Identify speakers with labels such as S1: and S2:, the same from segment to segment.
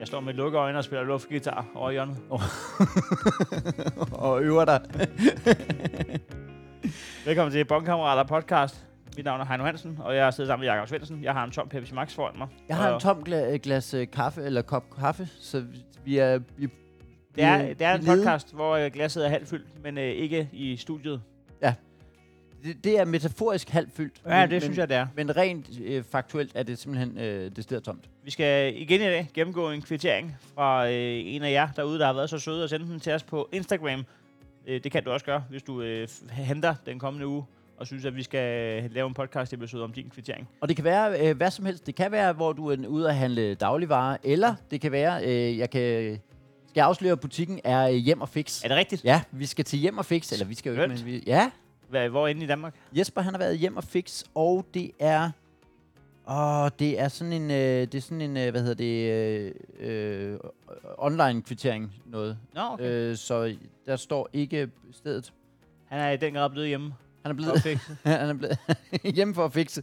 S1: Jeg står med lukkede øjne og spiller luftgitar over i hjørnet.
S2: og øver dig.
S1: Velkommen til Bongkammerater podcast. Mit navn er Heino Hansen, og jeg sidder sammen med Jakob Svendsen. Jeg har en tom Pepsi Max foran mig.
S2: Jeg har
S1: Og
S2: en tom gla- øh, glas øh, kaffe, eller kop kaffe, så vi- vi er... Vi,
S1: Det
S2: vi
S1: er, det er en
S2: nede.
S1: podcast, hvor øh, glasset er halvt fyldt, men øh, ikke i studiet.
S2: Det, det er metaforisk halvt fyldt.
S1: Ja, det synes jeg, det er.
S2: Men rent øh, faktuelt er det simpelthen øh, det steder tomt.
S1: Vi skal igen i dag gennemgå en kvittering fra øh, en af jer derude, der har været så søde og sende den til os på Instagram. Øh, det kan du også gøre, hvis du øh, f- henter den kommende uge og synes, at vi skal øh, lave en podcast episode om din kvittering.
S2: Og det kan være øh, hvad som helst. Det kan være, hvor du er ude at handle dagligvarer, eller det kan være, øh, jeg kan... Skal jeg afsløre, at butikken er øh, hjem og fix?
S1: Er det rigtigt?
S2: Ja, vi skal til hjem og fix, eller vi skal jo ikke,
S1: Skønt.
S2: men vi, Ja,
S1: Hva- Hvor inde i Danmark?
S2: Jesper han har været hjem og fix, og det er... Åh, det er sådan en, øh, det er sådan en, øh, hvad hedder det, øh, øh, online kvittering noget.
S1: Nå, okay. Øh.
S2: Okay. Øh, så der står ikke stedet.
S1: Han er i den grad blevet hjemme.
S2: Han er blevet,
S1: Og fik-
S2: han er blevet hjemme for at fikse.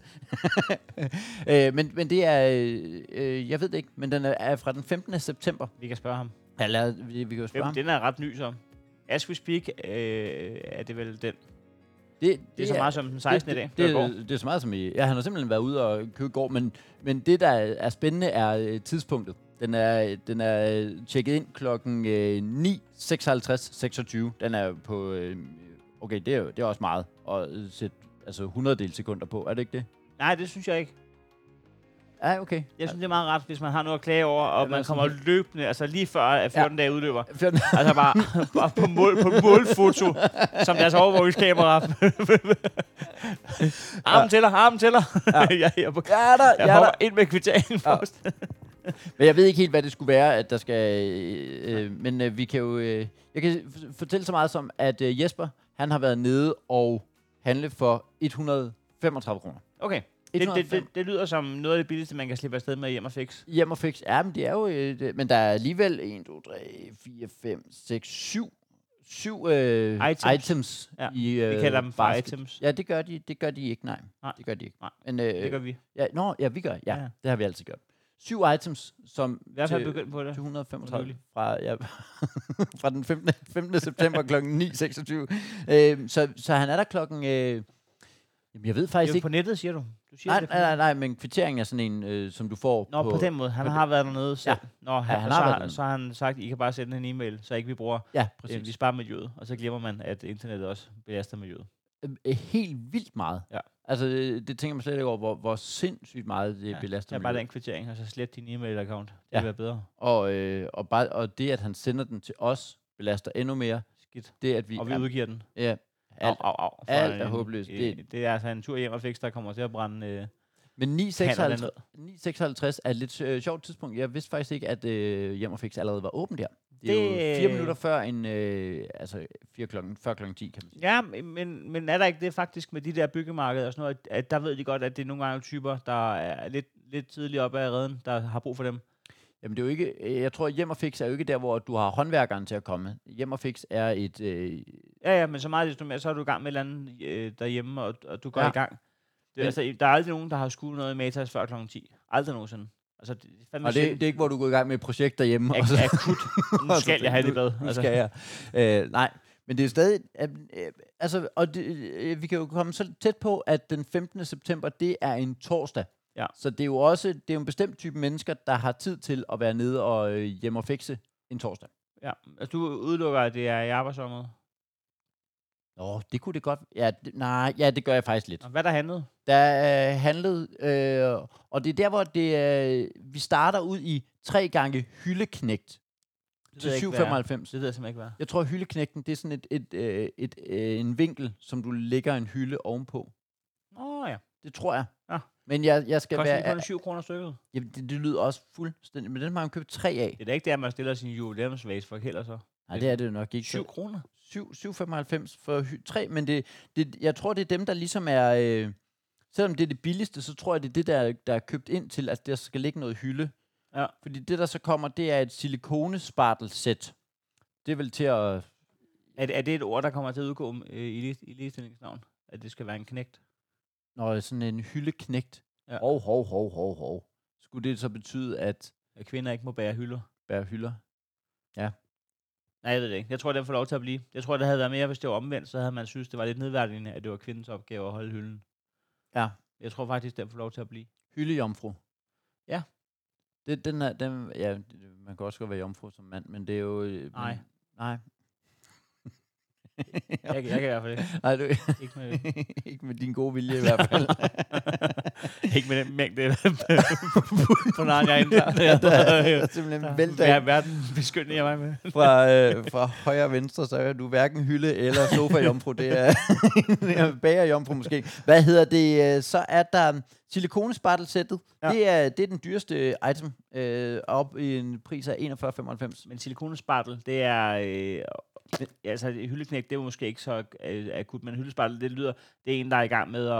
S2: øh, men, men det er, øh, øh, jeg ved det ikke, men den er, er fra den 15. september.
S1: vi kan spørge ham.
S2: Eller vi, vi kan jo
S1: Hvem,
S2: spørge ham.
S1: Den er ret ny så. As we speak, øh, er det vel den.
S2: det,
S1: Det er så meget som den 16. i dag.
S2: Det,
S1: var i
S2: det, det er så meget som i... Ja, han har simpelthen været ude og købe i går, men, men det, der er spændende, er øh, tidspunktet. Den er, den er øh, tjekket ind klokken øh, 9.56.26. Den er på... Øh, okay, det er, jo- det er også meget at øh, sætte altså 100 del sekunder på, er det ikke det?
S1: går. Nej, det synes jeg ikke.
S2: Ja, okay.
S1: Jeg synes, det er meget rart, hvis man har noget at klage over,
S2: Ja,
S1: og
S2: det er
S1: man
S2: sådan
S1: kommer
S2: helt-
S1: løbende, altså lige før at 14 dage udløber.
S2: Fjorten-
S1: Altså bare, bare på, mål, på målfoto, som deres overvågningskamera. armen tæller, armen tæller. Ja. jeg, jeg,
S2: ja, er der,
S1: jeg
S2: ja, er der.
S1: hopper ind med kvitteringen
S2: Ja.
S1: først.
S2: Men jeg ved ikke helt, hvad det skulle være, at der skal... Øh, øh, men øh, vi kan jo... Øh, jeg kan f- fortælle så meget som, at øh, Jesper, han har været nede og handle for 135 kroner.
S1: Okay, det, det,
S2: 105.
S1: det, det, lyder som noget af det billigste, man kan slippe afsted med hjem og fix.
S2: Hjem og fix. Ja, men det er jo... Øh, det, men der er alligevel 1, 2, 3, 4, 5, 6, 7... Syv øh,
S1: Items.
S2: items, items
S1: Ja,
S2: i øh,
S1: Vi kalder dem for
S2: basket.
S1: items.
S2: Ja, det gør de, det gør de ikke, nej.
S1: Nej.
S2: Det gør de ikke.
S1: Nej,
S2: Men, øh,
S1: Det gør vi.
S2: ja, nå, ja, vi gør, ja,
S1: Ja.
S2: ja. Det har vi altid gjort. Syv items, som...
S1: I hvert fald
S2: til-
S1: begyndt på det.
S2: 235
S1: Nylig.
S2: fra, ja, fra den 15. 15. september kl. 9.26. Øh, så, så han er der klokken... Øh, jamen, jeg ved
S1: Det
S2: faktisk
S1: er jo på
S2: ikke...
S1: nettet, siger du. du siger
S2: Nej,
S1: det på
S2: nej, nej, nej, men kvitteringen er sådan en, øh, som du får
S1: Nå, på, på den måde. Han
S2: på
S1: har været dernede selv. Ja. Nå, han,
S2: han
S1: så,
S2: har været
S1: har
S2: dernede.
S1: så har han sagt, I kan bare sende en e-mail, så ikke vi bruger,
S2: Ja,
S1: øh, vi
S2: præcis.
S1: sparer miljøet. Og så glemmer man, at internettet også belaster miljøet.
S2: Øh, helt vildt meget.
S1: Ja.
S2: Altså, øh, det tænker man slet ikke over, hvor, hvor sindssygt meget det ja, belaster
S1: ja, bare
S2: miljøet.
S1: den kvittering, og så slet din e-mail-account. Det ja.
S2: Ja.
S1: vil være bedre.
S2: Og, øh, og, bare, og det, at han sender den til os, belaster endnu mere.
S1: Skidt.
S2: Det, at vi...
S1: Og vi udgiver den.
S2: ja,
S1: Au,
S2: alt,
S1: au, au. For
S2: alt
S1: en-
S2: er håbløst.
S1: øh,
S2: Det-
S1: Det, er altså en tur hjem og fix, der kommer til at brænde øh,
S2: Men
S1: handlerne
S2: 956,
S1: ned.
S2: 9.56 er et lidt øh, sjovt tidspunkt. Jeg vidste faktisk ikke, at øh, Hjem og Fix allerede var åben der. Det er
S1: Det-
S2: jo fire minutter før en, øh, altså fire klokken, før klokken 10, kan man sige.
S1: Ja, men, men er der ikke det faktisk med de der byggemarkeder og sådan noget, at, at der ved de godt, at det er nogle gange typer, der er lidt, lidt tidligere oppe af redden, der har brug for dem.
S2: Jamen det er jo ikke, øh, jeg tror Hjem og Fix er jo ikke der, hvor du har håndværkeren til at komme. Hjem og Fix er et, øh,
S1: Ja, ja, men så meget desto mere, så er du i gang med et eller andet øh, derhjemme, og, og du går ja.
S2: Ja.
S1: i gang. Det,
S2: Men-
S1: altså, der er aldrig nogen, der har skudt noget i Matas før kl. 10. Aldrig nogensinde. Altså, det, er fandme
S2: og det, det er ikke, hvor du går i gang med et projekt derhjemme. og så-
S1: ak- akut. Nu
S2: og så
S1: skal jeg
S2: tænker
S1: have
S2: du,
S1: det bad.
S2: Nu
S1: Altså,
S2: skal jeg. Øh, nej, men det er stadig... Øh, øh, altså, og det, øh, vi kan jo komme så tæt på, at den 15. september, det er en torsdag.
S1: Ja.
S2: Så det er jo også det er jo en bestemt type mennesker, der har tid til at være nede og øh, hjem og fikse en torsdag.
S1: Ja, altså, du udelukker, at det er i arbejdsområdet.
S2: Nå, det kunne det godt... Ja, det, nej, ja, det gør jeg faktisk lidt.
S1: Nå, Hvad er der handlede?
S2: Der øh, handlede... Øh, og det er der, hvor det, øh, vi starter ud i tre gange hyldeknægt
S1: Det
S2: til
S1: ved jeg ikke, hvad er. Det
S2: 7,95.
S1: ved jeg simpelthen ikke, hvad er.
S2: Jeg tror, hyldeknægten, det er sådan et, et, øh, et, øh, en vinkel, som du lægger en hylde ovenpå.
S1: Åh, ja. Det
S2: Det tror jeg.
S1: Ja.
S2: Men jeg, jeg skal
S1: koster det
S2: være...
S1: kun 7 kroner stykket.
S2: Jamen, det, det lyder også fuldstændig... Men den har man købt tre af.
S1: Det er da ikke det, at man stiller sin jubilæumsvase for heller så.
S2: Nej, det er det jo nok ikke.
S1: 7 kroner?
S2: 7, 7,95 for hy- tre, men det, det, jeg tror, det er dem, der ligesom er... Øh, selvom det er det billigste, så tror jeg, det er det, der, er- der er købt ind til, at der skal ligge noget hylde.
S1: Ja.
S2: Fordi det, der så kommer, det er et silikonespartelsæt. Det er vel til at...
S1: Er det, er det et ord, der kommer til at udgå øh, i, lig- i ligestillingsnavn? At det skal være en knægt?
S2: Når sådan en hyldeknægt.
S1: Ja.
S2: Hov, hov, hov, hov, hov. Skulle det så betyde, at...
S1: At kvinder ikke må bære hylder?
S2: bærer hylder.
S1: Nej, jeg ved det ikke. Jeg tror, den får lov til at blive. Jeg tror, det havde været mere, hvis det var omvendt, så havde man synes, det var lidt nedværdigende, at det var kvindens opgave at holde hylden.
S2: Ja.
S1: Jeg tror faktisk, den får lov til at blive.
S2: Hyldejomfru.
S1: Ja.
S2: Det, den her, den, ja, det- man kan også godt være jomfru som mand, men det er jo... øh,
S1: Nej.
S2: men- Nej.
S1: Jeg, jeg kan i hvert fald ikke.
S2: Nej, du,
S1: Ikke med,
S2: ikke med din gode vilje i hvert fald.
S1: ikke med den mængde, på nej, jeg indtager.
S2: Ja, der, der simpelthen vælter
S1: Ja, verden beskyndte jeg mig med.
S2: fra, øh, fra højre og venstre, så er du hverken hylde eller sofa-jomfru. Det er bager-jomfru måske. Hvad hedder det? øh, Så er der silikonespartelsættet. Ja.
S1: Ja.
S2: Det, er, det er den dyreste item, øh, op i en pris af 41,95.
S1: Men silikonespartel, det er... Øh, altså, hyldeknæk, det er måske ikke så øh, akut, men hyldespartel, det lyder... Det er en, der er i gang med at,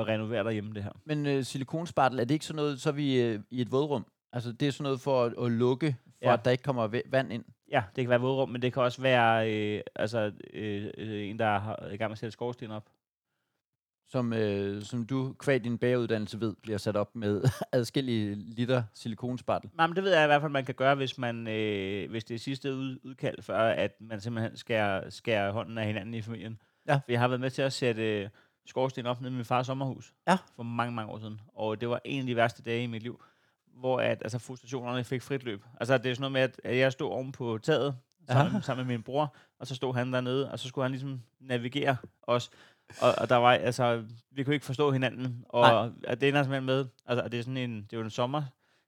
S1: at renovere derhjemme, det her.
S2: Men øh, silikonspartel, er det ikke sådan noget, så er vi øh, i et vådrum? Altså, det er sådan noget for at, at lukke, for ja.
S1: Ja.
S2: at der ikke kommer væ- vand ind.
S1: Ja, det kan være vådrum, men det kan også være øh, altså, øh, øh, en, der har- er i gang med at sætte skorsten op.
S2: Som, øh, som du, kvad din bageruddannelse ved, bliver sat op med adskillige liter silikonspartel.
S1: Nej, men det ved jeg i hvert fald, man kan gøre, hvis, man, øh, hvis det er sidste ud, udkald, før at man simpelthen skærer, skærer hånden af hinanden i familien.
S2: Ja.
S1: For jeg har været med til at sætte øh, skorsten op nede i min fars sommerhus
S2: Ja.
S1: for mange, mange år siden. Og det var en af de værste dage i mit liv, hvor at, altså, frustrationerne fik frit løb. Altså, det er sådan noget med, at- at jeg stod oven på taget
S2: Aha.
S1: sammen, sammen med min bror, og så stod han dernede, og så skulle han ligesom navigere os. Og, og der var, altså, vi kunne ikke forstå hinanden, og, og det ender simpelthen med, altså, og det er sådan en, det er jo en sommer,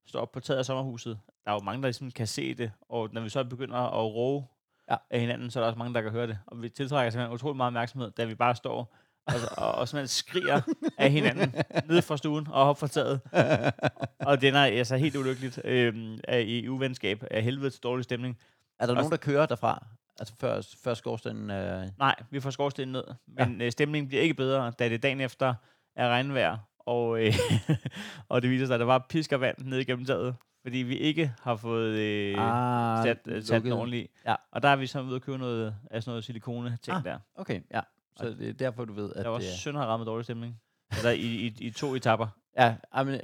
S1: står op på taget af sommerhuset. Der er jo mange, der ligesom kan se det, og når vi så begynder at roe
S2: Ja.
S1: ja. af hinanden, så er der også mange, der kan høre det. Og vi tiltrækker simpelthen utrolig meget opmærksomhed, da vi bare står og, og, og simpelthen skriger af hinanden ned fra stuen og op fra taget. Og det er altså helt ulykkeligt øhm, af- i uvenskab af helvedes dårlig stemning.
S2: Er der
S1: Og-
S2: nogen, der kører derfra? Altså før, før skorstenen... Øh,
S1: Nej, vi får skorstenen ned, men øh, stemningen bliver ikke bedre, da det dagen efter er regnvejr, og, øh, og det viser sig, at der var piskervand ned igennem taget, fordi vi ikke har fået... Øh,
S2: ah,
S1: sat, øh, sat den
S2: lukket.
S1: ordentligt i.
S2: Ja.
S1: Og der er vi så ude og købe noget af sådan noget silikone ting
S2: Ah,
S1: ah, der.
S2: Okay, ja. Så
S1: Og-
S2: det er derfor, du ved, at
S1: Der var
S2: det er...
S1: synd har ramt dårlig stemning. Altså i, i, i to etapper.
S2: Ja, ej, men, øh,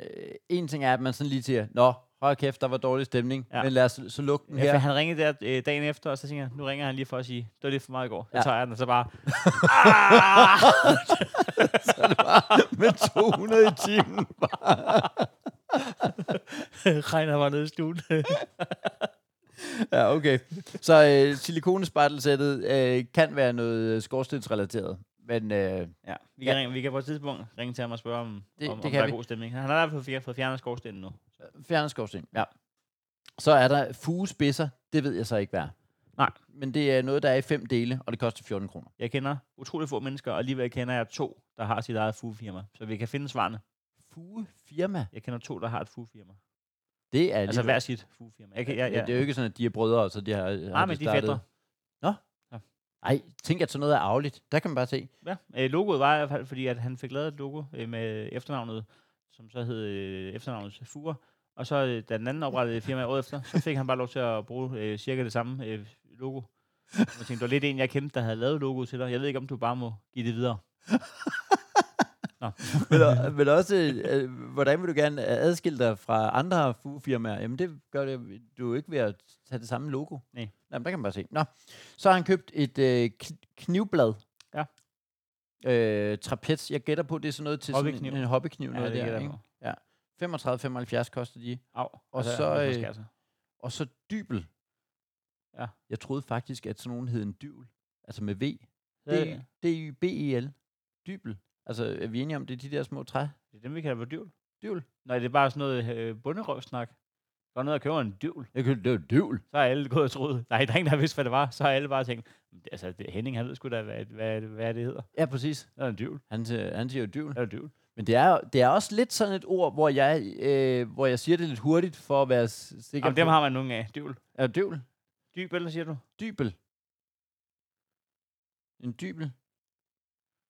S2: en ting er, at man sådan lige siger, Nå, hold kæft, der var dårlig stemning, ja.
S1: Ja.
S2: men lad os så lukke den
S1: Ja. for
S2: her.
S1: Han ringede der øh, dagen efter, og så tænker jeg, nu ringer han lige for at sige, det var lidt for meget i går. Så
S2: Ja.
S1: tager jeg den, og så bare,
S2: med 200 i timen.
S1: regner var nede i stuen.
S2: Ja, okay. Så øh, silikonespejtelsættet øh, kan være noget øh, skorstensrelateret, men øh,
S1: ja, vi,
S2: Ja.
S1: kan ringe, vi kan på et tidspunkt ringe til ham og spørge, om,
S2: Det-
S1: det, om, det
S2: det
S1: om
S2: kan
S1: der er
S2: vi.
S1: god stemning. Han har i hvert fald fået- fået fjernet skorstenen nu.
S2: fjernet skorsten, ja. Så er der fugespidser, det ved jeg så ikke hvad. er.
S1: Nej.
S2: Men det er noget, der er i fem dele, og det koster 14 kroner.
S1: Jeg kender utrolig få mennesker, og alligevel kender jeg to, der har sit eget fugefirma. Så vi kan finde svarene.
S2: Fuge firma?
S1: Jeg kender to, der har et fugefirma.
S2: Det er
S1: Altså
S2: alligevel-
S1: hver sit fugefirma. Jeg kan, jeg,
S2: Ja,
S1: jeg,
S2: Det er jo ikke sådan, at de er brødre, så de har,
S1: Nej, men de er fædre.
S2: Nej, tænk at sådan noget er arveligt. Der kan man bare se.
S1: Ja, øh, logoet var i hvert fald, fordi at han fik lavet et logo øh, med efternavnet, som så hed øh, efternavnet Fure. Og så øh, da den anden oprettede firma året efter, så fik han bare lov til at bruge øh, cirka det samme øh, logo. Og Jeg tænkte, det var lidt en, jeg kendte, der havde lavet logoet til dig. Jeg ved ikke, om du bare må give det videre.
S2: men, o- men også, øh, hvordan vil du gerne øh, adskille dig fra andre fugefirmaer? Jamen det gør det, du jo ikke ved at tage det samme logo.
S1: Nej.
S2: Jamen, der kan man bare se. Nå, så har han købt et øh, kn- knivblad.
S1: Ja.
S2: Øh, trapez. Jeg gætter på, det er sådan noget til sådan en,
S1: Hobbykniv.
S2: en hobbykniv.
S1: Ja,
S2: noget
S1: det
S2: der,
S1: gælder
S2: ikke?
S1: på.
S2: 35-75 koster de.
S1: Au.
S2: Og
S1: Altså,
S2: så,
S1: hvis man
S2: øh,
S1: skærer sig.
S2: Og så dybel.
S1: Ja.
S2: Jeg troede faktisk, at sådan nogen hed en dyvel. Altså med V.
S1: det,
S2: D- D-Y-B-E-L. Dybel. Altså, er vi enige om, det er de der små træ?
S1: det er dem, vi kalder for dyvel.
S2: Dyvel.
S1: Nej, det er bare sådan noget øh, bunderøvsnak. Går ned og køber en dyvel.
S2: Jeg kan, det var døvel.
S1: Så har alle gået og troet. Nej, der er ingen, der vidste, hvad det var. Så har alle bare tænkt, altså det- Henning, han ved sgu da, hvad, hvad, hvad det hedder.
S2: Ja, præcis.
S1: Det er en dyvel.
S2: Han, siger- han siger jo døvel.
S1: Det er en dyvel.
S2: Men det er, jo- det er også lidt sådan et ord, hvor jeg, øh, hvor jeg siger det lidt hurtigt, for at være s- sikker
S1: Jamen, dem har man nogle af. Dyvel.
S2: Er døvel?
S1: Dyb, eller siger du?
S2: Dybel. En dybel.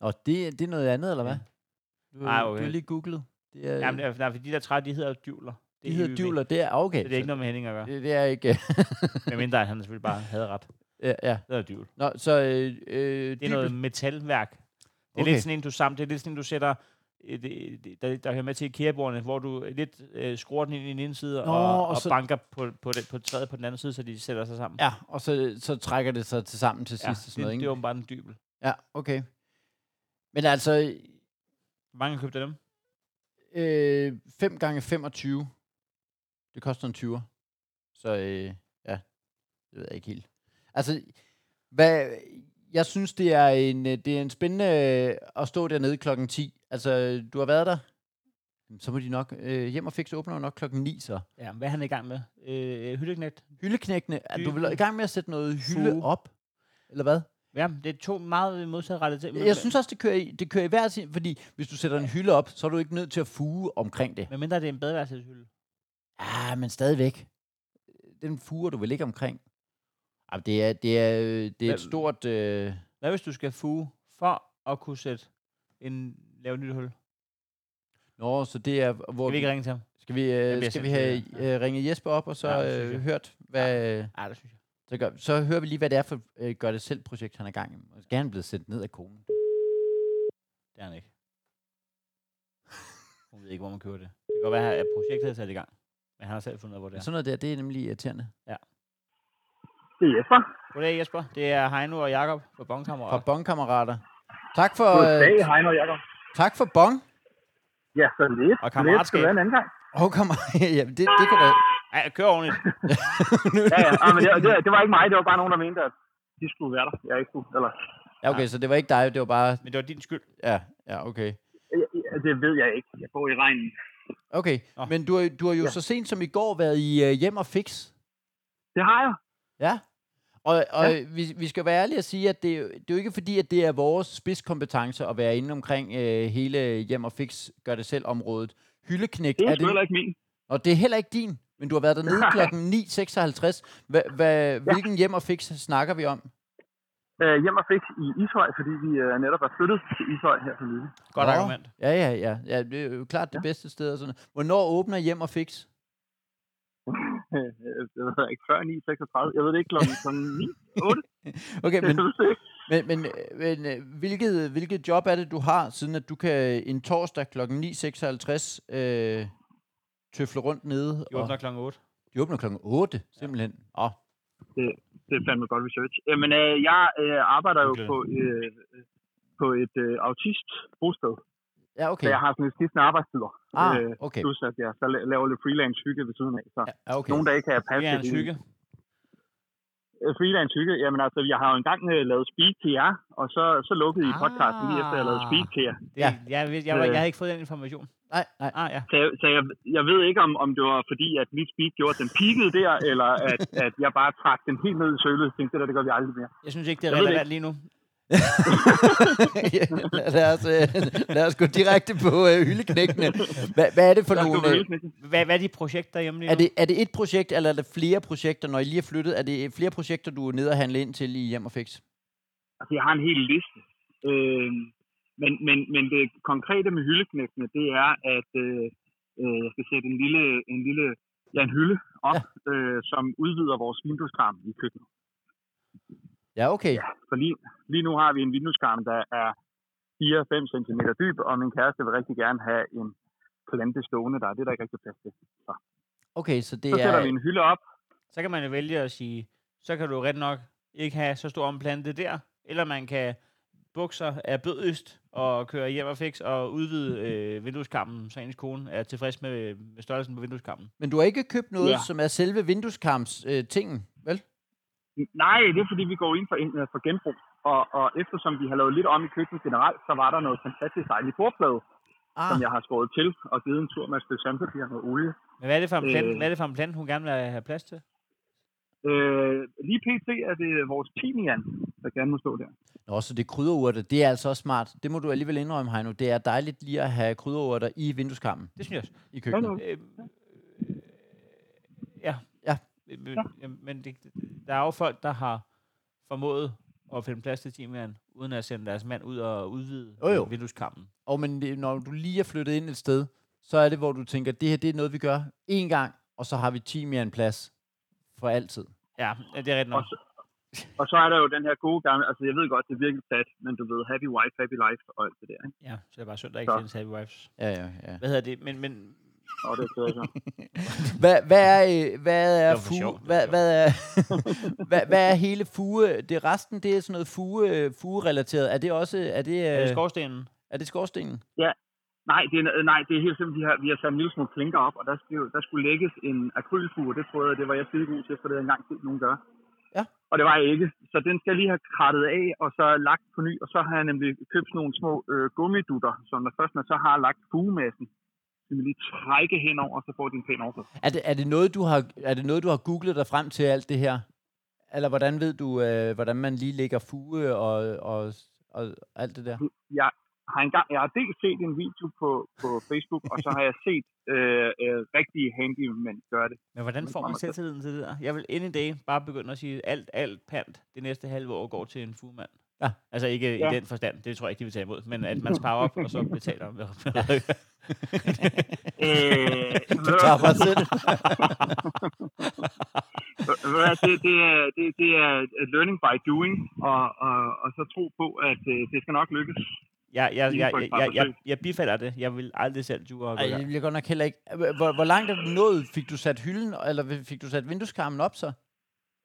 S2: Og det, det er noget andet, eller hvad?
S1: Ja.
S2: Du, har-
S1: Ej,
S2: du
S1: okay.
S2: har lige googlet. Det er,
S1: Jamen, det er, nej, for de der træer, Øh. de hedder jo dyvler. Det
S2: de
S1: er
S2: hedder
S1: YV.
S2: dyvler, det er okay.
S1: Så det er ikke noget med Henning at gøre.
S2: det, det er ikke... øh,
S1: Men mindre, at han selvfølgelig bare havde ret.
S2: ja, ja.
S1: Det er dyvel.
S2: Nå, så øh, øh,
S1: Det er noget metalværk. Det er
S2: Okay.
S1: lidt sådan en, du sammen, det er lidt sådan en, du sætter et, et, et- der, der hører med til IKEA-bordene, hvor du lidt øh, skruer den ind i den ene side,
S2: Nå,
S1: og,
S2: og
S1: og, og
S2: så-
S1: banker på, på, det, på træet på den anden side, så de sætter sig sammen.
S2: Ja, og så, så trækker det sig til sammen til sidst. og sådan
S1: det,
S2: noget,
S1: det
S2: ikke?
S1: er åbenbart en dybel.
S2: Ja, okay. Men altså,
S1: Hvor mange købte dem?
S2: øh, 5 gange 25, det koster en 20'er. Så øh, ja, det ved jeg ikke helt. Altså, hvad, jeg synes, det er, en, øh, det er en spændende øh, at stå dernede klokken 10. Altså, du har været der, Jamen, så må de nok øh, hjem og fikse åbner jo nok klokken 9 så.
S1: Ja, hvad er han i gang med? Øh, hyldeknægt.
S2: Hyldeknækkene, er du vel
S1: Hylde.
S2: i gang med at sætte noget hylde
S1: Fuge.
S2: op? Eller hvad?
S1: Ja, det er to meget modsatrettede ting. men-
S2: Jeg synes også, det kører, i, det kører i hver sin, fordi hvis du sætter en hylde op, så er du ikke nødt til at fuge omkring det.
S1: Men mindre det er en badeværelseshylde.
S2: Ah, men stadigvæk. Den fuger du vel ikke omkring? Ah, det er, det er, øh, det er
S1: Hvad-
S2: et stort... Øh,
S1: Hvad hvis du skal fuge for at kunne sætte en, lave et nyt hul?
S2: nå, så det er... Hvor,
S1: Skal vi ikke ringe til ham?
S2: skal vi,
S1: Jeg bliver
S2: øh, skal vi have
S1: sindssyg,
S2: øh, ringet Jesper op, og så
S1: Ja, det synes
S2: øh,
S1: jeg.
S2: hørt, hvad... Øh,
S1: Nej, det synes jeg.
S2: så, gør, så hører vi lige, hvad det er for øh, gør det selv projekt, han er i gang med. Skal han blive sendt ned af konen?
S1: Det er han ikke. Hun ved ikke, hvor man køber det. Det kan godt være, at projektet er sat i gang. Men han har selv fundet ud af, hvor det
S2: Ja.
S1: er.
S2: Sådan noget der, det er nemlig irriterende.
S3: Det er Jesper.
S1: Goddag Jesper. Det er Heino og Jakob fra Bongkammerat.
S2: Fra bongkammerater. Tak for,
S3: Goddag,
S2: øh,
S3: Heino og Jakob.
S2: tak for bong.
S3: Ja, så lidt.
S1: Og
S3: Lidt skal
S1: kammeratskab.
S3: være en anden gang.
S2: Åh, oh, kom Jamen, det, det kan da...
S1: Ej, kør ordentligt.
S2: nu,
S3: Ja, ja. Ah, men det, det, det, var ikke mig. Det var bare nogen, der mente, at de skulle være der. Jeg ikke skulle. Eller,
S2: ja, okay, så det var ikke dig, det var bare...
S1: Men det var din skyld.
S2: Ja, ja, okay.
S3: jeg, jeg, det ved jeg ikke. Jeg bor i regnen.
S2: Okay,
S1: Nå.
S2: men du, har- du har jo ja.
S3: Ja.
S2: så sent som i går været i uh, Hjem og Fix.
S3: Det har jeg.
S2: Ja. Og, og ja. Vi, vi skal være ærlige og sige, at det, det er jo ikke fordi, at det er vores spidskompetence at være inde omkring øh, hele Hjem og Fix gør det selv området. Hyldeknægt
S3: Det er,
S2: er
S3: er det?
S2: det,
S3: heller ikke min.
S2: og det er heller ikke din, men du har været dernede
S3: Nej.
S2: klokken 9.56. Hva, hva, hvilken Hjem og Fix snakker vi om?
S3: Øh, hjem og fik i Ishøj, fordi vi øh, netop er flyttet til Ishøj her for nylig.
S1: Godt
S2: Nå.
S1: argument.
S2: Ja, ja, ja, ja. Det er jo klart det bedste sted. Og sådan. noget. Hvornår åbner Hjem og Fix?
S3: Øh, det ved jeg ikke, før 9.36. Jeg ved det ikke, klokken klokken 9.
S2: Okay,
S3: Jeg
S2: men,
S3: ved det ikke.
S2: Men, men, øh, men øh, hvilket, hvilket job er det, du har, siden at du kan en torsdag kl. 9.56 øh, tøfle rundt nede?
S1: Vi åbner klokken 8.
S2: de åbner kl. 8, simpelthen. Ja. Oh.
S3: Det er fandme godt research. Jamen, øh, jeg øh, arbejder jo
S1: Okay.
S3: på, øh, på et øh, autist-bosted,
S2: Ja,
S3: så
S2: okay.
S3: jeg har sådan lidt skiftende arbejdstider.
S2: Ah,
S3: Øh,
S2: okay.
S3: Plus at jeg så la- laver lidt freelance hygge ved siden af. Så okay.
S2: Ja, okay.
S3: nogle dage kan jeg passe
S1: Vi er en
S3: lidt ind.
S1: hygge.
S3: Øh, Freelance hygge, jamen altså, jeg har jo engang øh, lavet speak til jer, og så, så lukkede I
S2: Ah.
S3: podcasten lige efter, jeg lavede speak til jer.
S1: Det,
S2: Ja. Øh.
S1: ja. jeg, jeg, jeg, jeg, jeg har ikke fået den information.
S2: Nej, nej.
S1: Ah, ja.
S3: Så, jeg, så jeg, jeg ved ikke, om, om det var fordi, at mit speak gjorde, at den peakede der, eller at, at jeg bare trak den helt ned i sølet og tænkte, det der, det gør vi aldrig mere.
S1: Jeg synes ikke, det er
S3: Jeg ved det
S1: relevant lige nu.
S2: Ja, lad, lad, os, øh, lad os gå direkte på øh, hyldeknækkene. Hva, hvad er det for
S3: Så skulle
S2: nogle...
S3: vi
S2: Øh,
S3: hilse med den.
S1: Hvad, hvad er dit projekt derhjemme lige nu?
S2: er, det, er det et projekt, eller er det flere projekter, når I lige er flyttet? Er det flere projekter, du er nede og handle ind til i Hjem og Fix?
S3: Altså, jeg har en hel liste. Øh, men, men, men det konkrete med hyldeknækkene, det er, at øh, øh, jeg skal sætte en lille, en lille ja, en hylde op, ja. øh, som udvider vores vindueskarm i køkkenet.
S2: Ja, okay.
S3: For lige, lige nu har vi en vindueskarm, der er 4-5 cm dyb, og min kæreste vil rigtig gerne have en plante stående der. Det er der ikke rigtig plads til.
S2: Okay, så det
S3: Så sætter vi
S2: er...
S3: en hylde op.
S1: Så kan man jo vælge at sige, så kan du ret nok ikke have så stor en plante der, eller man kan bukser af bødøst og køre hjem og fix og udvide øh, vindueskampen, så ens kone er tilfreds med, med størrelsen på vindueskampen.
S2: Men du har ikke købt noget,
S3: Ja.
S2: som er selve vindueskarms-tingen, vel?
S3: Nej, det er fordi, vi går ind for, ind for genbrug. Og, og eftersom vi har lavet lidt om i køkkenet generelt, så var der noget fantastisk dejligt bordplade, ah. som jeg har skåret til og givet en tur med et stykke sandpapir med olie.
S1: Men hvad er det for en plante,
S3: Øh.
S1: hvad er det for en plante hun gerne vil have plads til?
S3: Øh, lige pt. er det vores timian, der gerne må stå der.
S2: Nå, så Ah. det er krydderurter, det er altså også smart. Det må du alligevel indrømme, Heino. Det er dejligt lige at have krydderurter i vindueskarmen
S1: Det synes jeg også.
S2: i
S3: Ja,
S2: køkkenet.
S3: ja.
S1: Øh, ja.
S2: Ja.
S1: Øh, øh, jamen, Men det, der er jo folk, der har formået at finde plads til timen, uden at sende deres mand ud og udvide
S2: Jo, jo.
S1: øh, vindueskampen.
S2: Og men det- når du lige er flyttet ind et sted, så er det, hvor du tænker, det her det er noget, vi gør én gang, og så har vi 10 mere en plads for altid.
S1: Ja, det er rigtigt
S3: Og
S1: nok.
S3: så, Og så er der jo den her gode gamle, altså jeg ved godt, det er virkelig plat, men du ved, happy wife, happy life og alt det der. Ikke?
S1: Ja, så er det bare søndag, ikke
S3: Så.
S1: findes Happy Wives.
S2: Ja, ja, ja.
S1: Hvad hedder det? Men, men
S3: Og det altså. kører så.
S2: Hvad, hvad er, øh, hvad er
S1: var for sjov,
S2: fuge?
S1: det var
S2: Hvad,
S1: sjov.
S2: hvad, er, hvad, hvad er hele fuge? Det resten, det er sådan noget fuge, fuge-relateret. Er det også, er det,
S1: er det
S2: er det,
S1: skorstenen?
S2: er det skorstenen?
S3: Nej, det er, nej, det er helt simpelthen, vi har, vi har sat en lille smule klinker op, og der, skal, jo- der skulle lægges en akrylfuge. Det troede jeg, det var jeg skide god til, for det havde jeg engang set nogen gøre.
S2: Ja.
S3: Og det var jeg ikke. Så den skal jeg lige have krattet af, og så lagt på ny. Og så har jeg nemlig købt sådan nogle små øh, gummidutter, som når først man så har lagt fugemassen, så kan man lige trække henover, og så får den en pæn overflade.
S2: Er det, er, det noget, du har, er det noget, du har googlet dig frem til alt det her? Eller hvordan ved du, øh, hvordan man lige lægger fuge og, og, og alt det der?
S3: jeg har engang, jeg har dels set en video på, på Facebook, og så har jeg set øh, øh, rigtige handymænd gøre det.
S1: Men hvordan
S3: Men
S1: får man
S3: kommer til-
S1: selvtilliden til det der? Jeg vil end i dag bare begynde at sige, alt, alt pant det næste halve år går til en fugemand.
S2: Ja.
S1: Altså ikke
S3: Ja.
S1: i den forstand, det tror jeg ikke, de vil tage imod, men at man sparer op, og så betaler man.
S3: Øh,
S2: Du tager mig selv.
S3: ved du hvad, det, det, er, det, det er learning by doing, og, og, og så tro på, at øh, det skal nok lykkes.
S1: jeg, jeg, jeg,
S3: Indtryk
S1: jeg,
S3: fra
S1: jeg, jeg,
S3: forsøg.
S1: jeg bifalder det. Jeg vil aldrig selv jure. og gå i
S2: Ej,
S1: gang.
S2: det bliver godt nok heller ikke. Hvor, hvor langt er du nået? Fik du sat hylden, eller fik du sat vindueskarmen op så?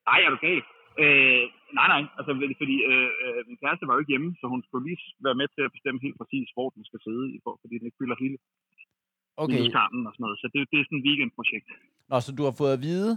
S3: Nej, er du gal? Øh, nej, nej, altså fordi øh, øh, min kæreste var jo ikke hjemme, så hun skulle lige være med til at bestemme helt præcis, hvor den skal sidde, i for, fordi den ikke fylder hele
S2: Okay.
S3: okay. og sådan noget. Så det, det er sådan et weekendprojekt.
S2: Nå, så du har fået at vide,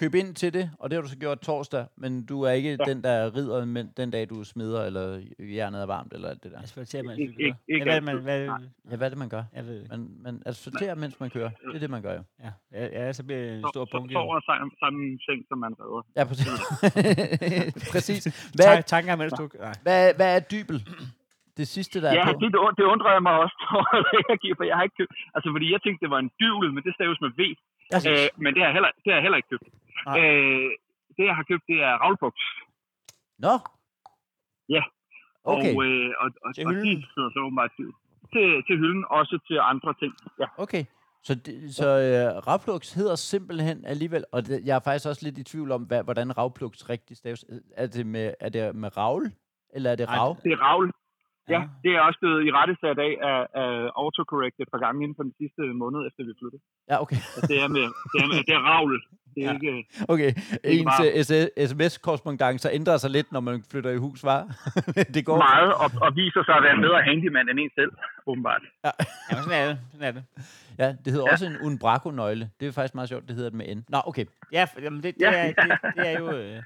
S2: køb ind til det, og det har du så gjort torsdag, men du er ikke ja. den, der rider men den dag, du smider, eller jernet er varmt, eller alt det der.
S1: Asfalterer man
S3: Ikke-
S1: cykler?
S3: ikke- ikke
S1: Eller hvad man,
S3: altid.
S1: hvad,
S3: Nej.
S2: Ja, hvad er det, man gør?
S1: jeg ved ikke.
S2: Man, man asfalterer, mens man kører. Det er det, man gør jo.
S1: Ja, ja, ja, så bliver det en
S3: Så,
S1: stor
S3: så
S1: bunke.
S3: sover sammen, sammen seng, som man redder.
S2: Ja, præcis.
S3: Mm.
S2: præcis. Hvad,
S1: Tak,
S2: er-
S1: tanker imens du... Nej.
S2: hvad, er- hvad er dybel? Det sidste, der
S3: Ja,
S2: er på.
S3: det, det- det undrer jeg mig også over, for jeg har ikke købt... Altså, fordi jeg tænkte, det var en dyvel, men det staves med V.
S2: Altså,
S3: Øh, men det har jeg heller, det har jeg heller ikke købt.
S1: Nej.
S3: Øh, det, jeg har købt, det er ravlbuks.
S2: Nå?
S3: Ja.
S2: Okay,
S3: Og, øh, og, og,
S1: Til
S3: og de
S1: hylden.
S3: sidder så åbenbart til, til, til hylden, også til andre ting. Ja,
S2: okay. Så, det, så øh, Ravplux hedder simpelthen alligevel, og det, jeg er faktisk også lidt i tvivl om, hvad, hvordan Ravplux rigtig staves. Er det med, er det med Ravl, eller er det
S1: Nej,
S2: Rav?
S3: det er ravl. Ja,
S1: Ja.
S3: det er også blevet i rette sat af, af, af autocorrect et par gange inden for den sidste måned, efter vi flyttede.
S2: Ja, okay.
S3: Altså, det er med, det er, med, det er ravl. Det
S1: Ja.
S3: er ja. ikke... øh,
S2: Okay,
S3: Ikke bare-
S2: ens sms-korrespondencer ændrer sig lidt, når man flytter i hus, var. det går.
S3: meget, og, og viser sig at være en bedre handyman end en selv, åbenbart.
S1: Jamen, sådan er det. Sådan er det.
S2: Ja, det hedder også en Unbraco-nøgle. Det er faktisk meget sjovt, det hedder det med N. Nå, okay.
S1: Ja, for- jamen, det, det,
S3: Ja,
S1: er,
S3: ja.
S1: det, det er jo... Øh,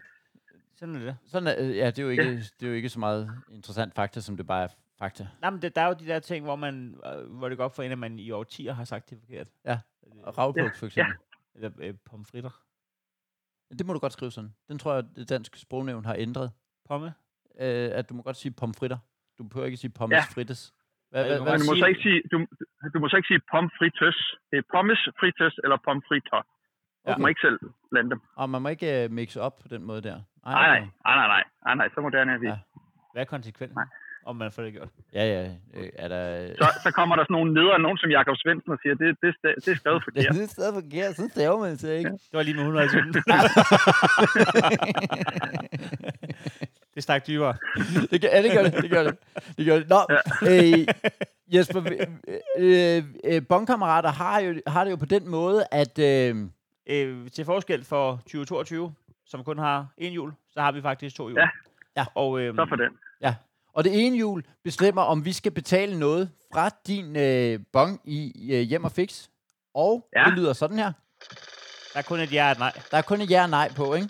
S1: sådan er det.
S2: Sådan er, øh, ja, det er, jo ikke, det er jo ikke så meget interessant fakta, som det bare er fakta.
S1: Nej, men det, der er jo de der ting, hvor, man, øh, hvor det går op for en, at man i årtier har sagt det er forkert.
S2: Ja.
S1: Øh,
S2: Og Ravpluk, for eksempel.
S1: Eller øh, pomfritter.
S2: Det må du godt skrive sådan. Den tror jeg, det dansk sprognævn har ændret.
S1: Pomme?
S2: Øh, at du må godt sige pomfritter. Du behøver ikke sige pommes
S3: Ja.
S2: frites. Hvad,
S1: Ja,
S2: hvad,
S1: du
S2: hvad,
S3: Men du må
S1: sige-
S3: så ikke sige, du, du må så ikke sige pommes frites. Det er pommes frites eller pommes frites. Du
S2: Okay.
S3: må ikke selv blande dem.
S2: og man må ikke øh, mixe op på den måde der. Ej,
S3: Nej, nej, nej, nej, nej, nej, nej så moderne er vi.
S2: Ja.
S3: Ja.
S1: Hvad er konsekvensen, om man får det gjort?
S2: Ja, ja. Øh, er der...
S3: Så, så kommer der sådan nogle nedere, nogen som Jakob Svendsen, og siger, det, det, det, det er skrevet forkert.
S2: Det er stadig forkert. Sådan staver man sig, ikke?
S1: Det var lige med 100 sekunder. det stak dybere.
S2: det gør, ja, det gør det. Det gør det. det, gør det. Nå, øh, Jesper, øh, øh, øh, bondkammerater har, jo, har det jo på den måde, at... Øh,
S1: Øh, til forskel for 2022, som kun har en jul, så har vi faktisk to jul.
S3: Ja.
S2: Ja.
S1: Og, øhm,
S3: Så for den.
S2: ja, og det ene hjul bestemmer, om vi skal betale noget fra din øh, bong i øh, Hjem og Fix. Og ja.
S3: Ja.
S2: det lyder sådan her.
S1: der er kun et ja og et nej.
S2: Der er kun et ja og nej på, ikke?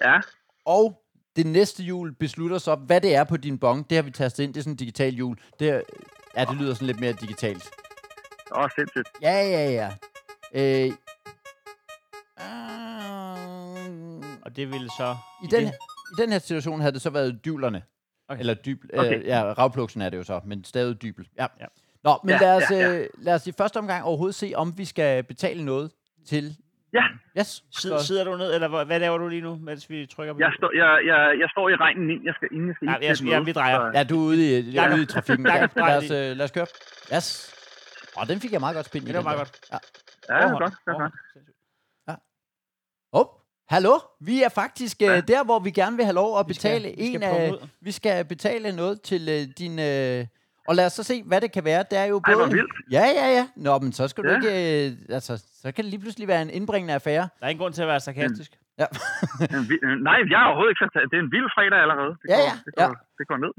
S3: Ja,
S2: Og det næste hjul beslutter så, hvad det er på din bong. Det har vi tastet ind. Det er sådan et digitalt hjul. Det er, ja, det lyder sådan lidt mere digitalt.
S3: åh, sindssygt.
S2: Ja, ja, ja. Øh, ah,
S1: Og det ville så...
S2: I den,
S1: det-
S2: I den her situation havde det så været dyblerne. Okay.
S1: Okay.
S2: Eller dyb, okay.
S3: Okay.
S2: øh, ja, ravpluksen er det jo så, men stadig dybel. Ja.
S1: Ja.
S2: Nå, men ja,
S3: Ja,
S2: lad, os,
S3: ja, ja.
S2: ja, ja. lad os i første omgang overhovedet se, om vi skal betale noget til...
S3: Ja.
S2: Yes.
S1: Sid, sidder du ned, eller hvor- hvad laver du lige nu, mens vi trykker på
S3: Jeg,
S1: det?
S3: står, jeg, jeg, jeg står i regnen, inden jeg skal, inden jeg skal
S1: Nej,
S3: indstille
S1: jeg-
S3: et
S1: ja,
S3: møde.
S1: vi drejer.
S3: Så-
S2: Ja, du er ude i, jeg er
S1: Jakob.
S2: ude i trafikken. Ja,
S1: Jakob,
S2: lad,
S1: drej
S2: os,
S1: lige.
S2: øh, lad os køre. Yes. Og den fik jeg meget godt spændt i.
S1: Ja, det var
S2: den
S1: meget
S2: der.
S1: godt.
S3: Ja, det er godt, det er godt.
S1: Overhånd.
S2: Ja. Hop. Hallo? Vi er faktisk ja. der, hvor vi gerne vil have lov at
S1: Vi skal-
S2: betale
S1: vi skal
S2: en
S1: punge
S2: af...
S1: ud.
S2: Vi skal betale noget til øh, din... Øh, og lad os så se, hvad det kan være. Det er jo
S3: Ej,
S2: både...
S3: hvor vildt.
S2: Ja, ja, ja. Nå, men så skal ja. du
S3: Ja.
S2: ikke... Øh, altså, så kan det lige pludselig være en indbringende affære.
S1: Der er ingen grund til at være sarkastisk.
S2: Ja.
S3: En vi- øh, Nej, jeg er overhovedet ikke så... Det er en vild fredag allerede. Det
S2: Ja,
S3: går,
S2: ja,
S3: Det
S2: ja.
S3: går, det går ned.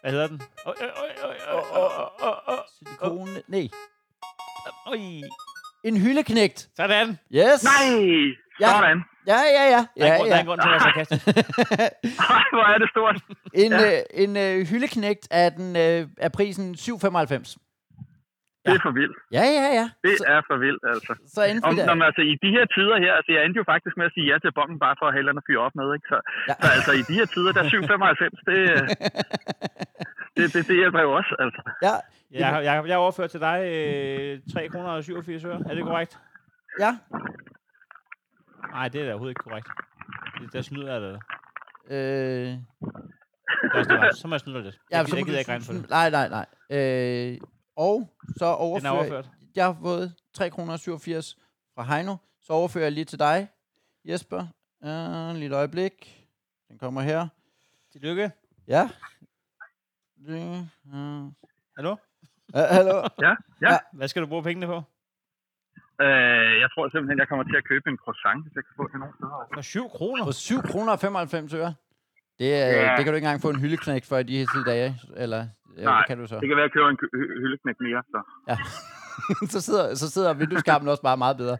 S1: Hvad hedder den? Øj, øj, øj, øj, øj, øj, øj, øj,
S2: Silikone... Nej.
S1: øj.
S2: En hyldeknægt.
S1: Sådan.
S2: Yes.
S3: Nej!
S2: Ja.
S3: Sådan.
S2: Ja, ja, ja.
S1: Der er,
S2: ja,
S1: en grund, der er
S2: ja.
S1: en grund til at være sarkastisk.
S3: Ej, hvor er det stort.
S2: En, ja. øh, en øh, hyldeknægt er, den, øh, er prisen 7,95.
S3: Det er for vildt.
S2: Ja, ja, ja.
S3: Det
S2: Så,
S3: er for vildt, altså.
S2: så inden for
S3: Om,
S2: det.
S3: når man, altså, I de her tider her, altså jeg endte jo faktisk med at sige ja til bomben, bare for at have et eller andet at fyre op med, ikke? Så,
S2: Ja.
S3: ja. så altså i de her tider, der er 795, det, øh, det, det, det hjælper jo også, altså.
S2: Ja,
S1: Jakob, Jacob, jeg overfører til dig øh, 3 kroner og 87 øre. Er det korrekt?
S2: ja.
S1: Nej, det er da overhovedet ikke korrekt. Det, der snyder jeg dig. da.
S2: Øh,
S1: Der er sådan noget. Så må jeg snyde dig lidt. Ja, jeg, gider-
S2: må
S1: jeg gider
S2: du
S1: ikke regne på
S2: synes-
S1: det.
S2: Nej, nej, nej. Øh, og så
S1: Den er
S2: overfører...
S1: overført.
S2: Jeg har fået 3,87 kroner fra Heino. Så overfører jeg lige til dig, Jesper. Uh, lige et øjeblik. Den kommer her.
S1: Tillykke.
S2: Ja. Det, øh,
S1: Hallo?
S2: ja, hallo?
S3: Ja, ja.
S2: Ja.
S3: ja.
S1: Hvad skal du bruge pengene på?
S3: Øh, jeg tror simpelthen, jeg kommer til at købe en croissant, hvis jeg kan få det nogen steder. altså.
S1: For 7 kroner?
S2: På 7 kroner og 95 øre. Det, øh,
S3: Ja.
S2: det kan du ikke engang få en hyldeknæk for i de her tid dage. Eller, ja,
S3: Nej,
S2: det kan du så.
S3: Det kan være, at jeg køber en kø- hy- hyldeknæk mere, så.
S2: Ja. så, sidder, så sidder vindueskarmen også bare meget bedre.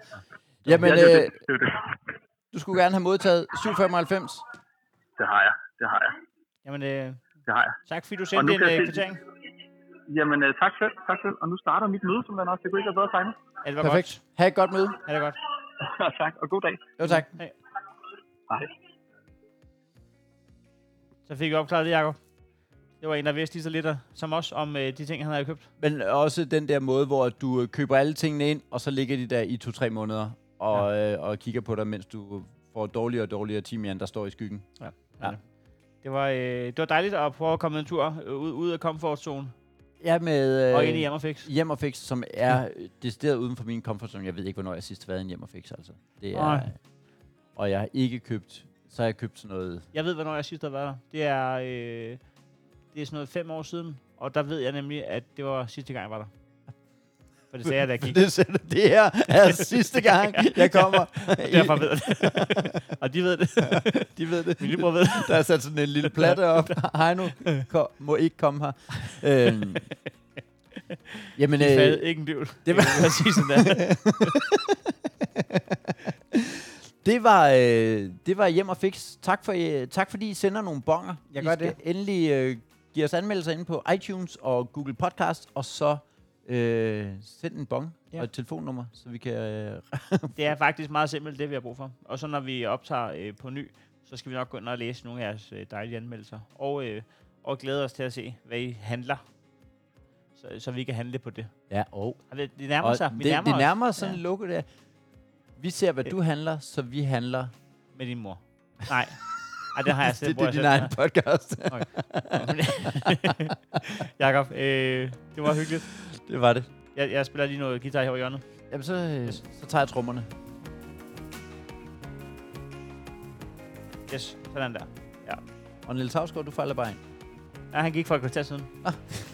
S2: Jamen,
S3: ja, det, er jo
S2: øh,
S3: det, det, er jo det.
S2: du skulle gerne have modtaget 7,95.
S3: det har jeg, det har jeg,
S1: Jamen, øh,
S3: det har jeg.
S1: tak fordi du
S3: Og nu
S1: sendte en
S3: kan jeg
S1: øh,
S3: se-
S1: kvittering.
S3: Jamen, øh, tak selv, tak selv. Og nu starter mit møde, som den også. Det kunne ikke have været timet.
S1: Ja, det var
S2: Perfekt.
S1: godt.
S2: Ha' et godt møde.
S1: Ja, det var godt.
S3: tak, og god dag.
S2: Jo, tak.
S1: Hej.
S3: Hej.
S1: Så fik vi opklaret det, Jacob. Det var en, der vidste lige så lidt øh, som os om øh, de ting, han havde købt.
S2: Men også den der måde, hvor du øh, køber alle tingene ind, og så ligger de der i to-tre måneder og, ja. øh, og kigger på dig, mens du får dårligere og dårligere timian, der står i skyggen.
S1: Ja.
S2: Ja.
S1: Det var, øh, det var dejligt at prøve at komme en tur øh, ud, ud af comfortzonen
S2: Ja, med...
S1: øh. og ind i Jammerfix.
S2: Hjem og fix, som er øh, decideret uden for min comfort zone. Jeg ved ikke, hvornår jeg sidst har været i en hjem og fix, altså. Det er,
S1: Nej.
S2: Og jeg har ikke købt... Så har jeg købt sådan noget...
S1: Jeg ved, hvornår jeg sidst har været der. Det er, øh, det er sådan noget fem år siden, og der ved jeg nemlig, at det var sidste gang, jeg var der. For det sagde jeg, da jeg gik.
S2: Det, sagde du, det her er sidste gang, jeg kommer.
S1: Derfor ved jeg det. og de ved det.
S2: De ved det.
S1: Min lillebror ved det.
S2: Der er sat sådan en lille platte op. Hej nu, kom, må ikke komme her. Øhm. Jamen,
S1: De
S2: øh,
S1: fattede ikke en dyvl.
S2: det var-
S1: jeg sige sådan der.
S2: det, var, øh, det var hjem og fix. Tak, for, øh, tak fordi I sender nogle bonger.
S1: Jeg
S2: I
S1: gør
S2: skal endelig øh, give os anmeldelser inde på iTunes og Google Podcast, og så øh, send en bong
S1: Ja.
S2: og et telefonnummer, så vi kan... Øh,
S1: Det er faktisk meget simpelt, det vi har brug for. Og så når vi optager øh, på ny, så skal vi nok gå ind og læse nogle af jeres øh, dejlige anmeldelser. Og, øh, og glæde os til at se, hvad I handler. Så, så vi kan handle på det.
S2: ja, og
S1: Og det, det nærmer sig. Vi
S2: det,
S1: nærmer
S2: det
S1: os
S2: nærmer os sådan
S1: Ja.
S2: ja. lukket der. Vi ser, hvad
S1: Det-
S2: du handler, så vi handler.
S1: med din mor. Nej. Ej, det har jeg selv.
S2: det,
S1: bruger
S2: det er
S1: jeg
S2: din
S1: selv.
S2: egen podcast.
S1: Jakob, øh, det var hyggeligt.
S2: det var det.
S1: Jeg, jeg spiller lige noget guitar her i hjørnet.
S2: Jamen, så, øh, så tager jeg trommerne.
S1: Yes, sådan der. Ja.
S2: Og Niels Havsgaard, du falder bare ind.
S1: Ja, han gik for et kvarter siden.
S2: Ah.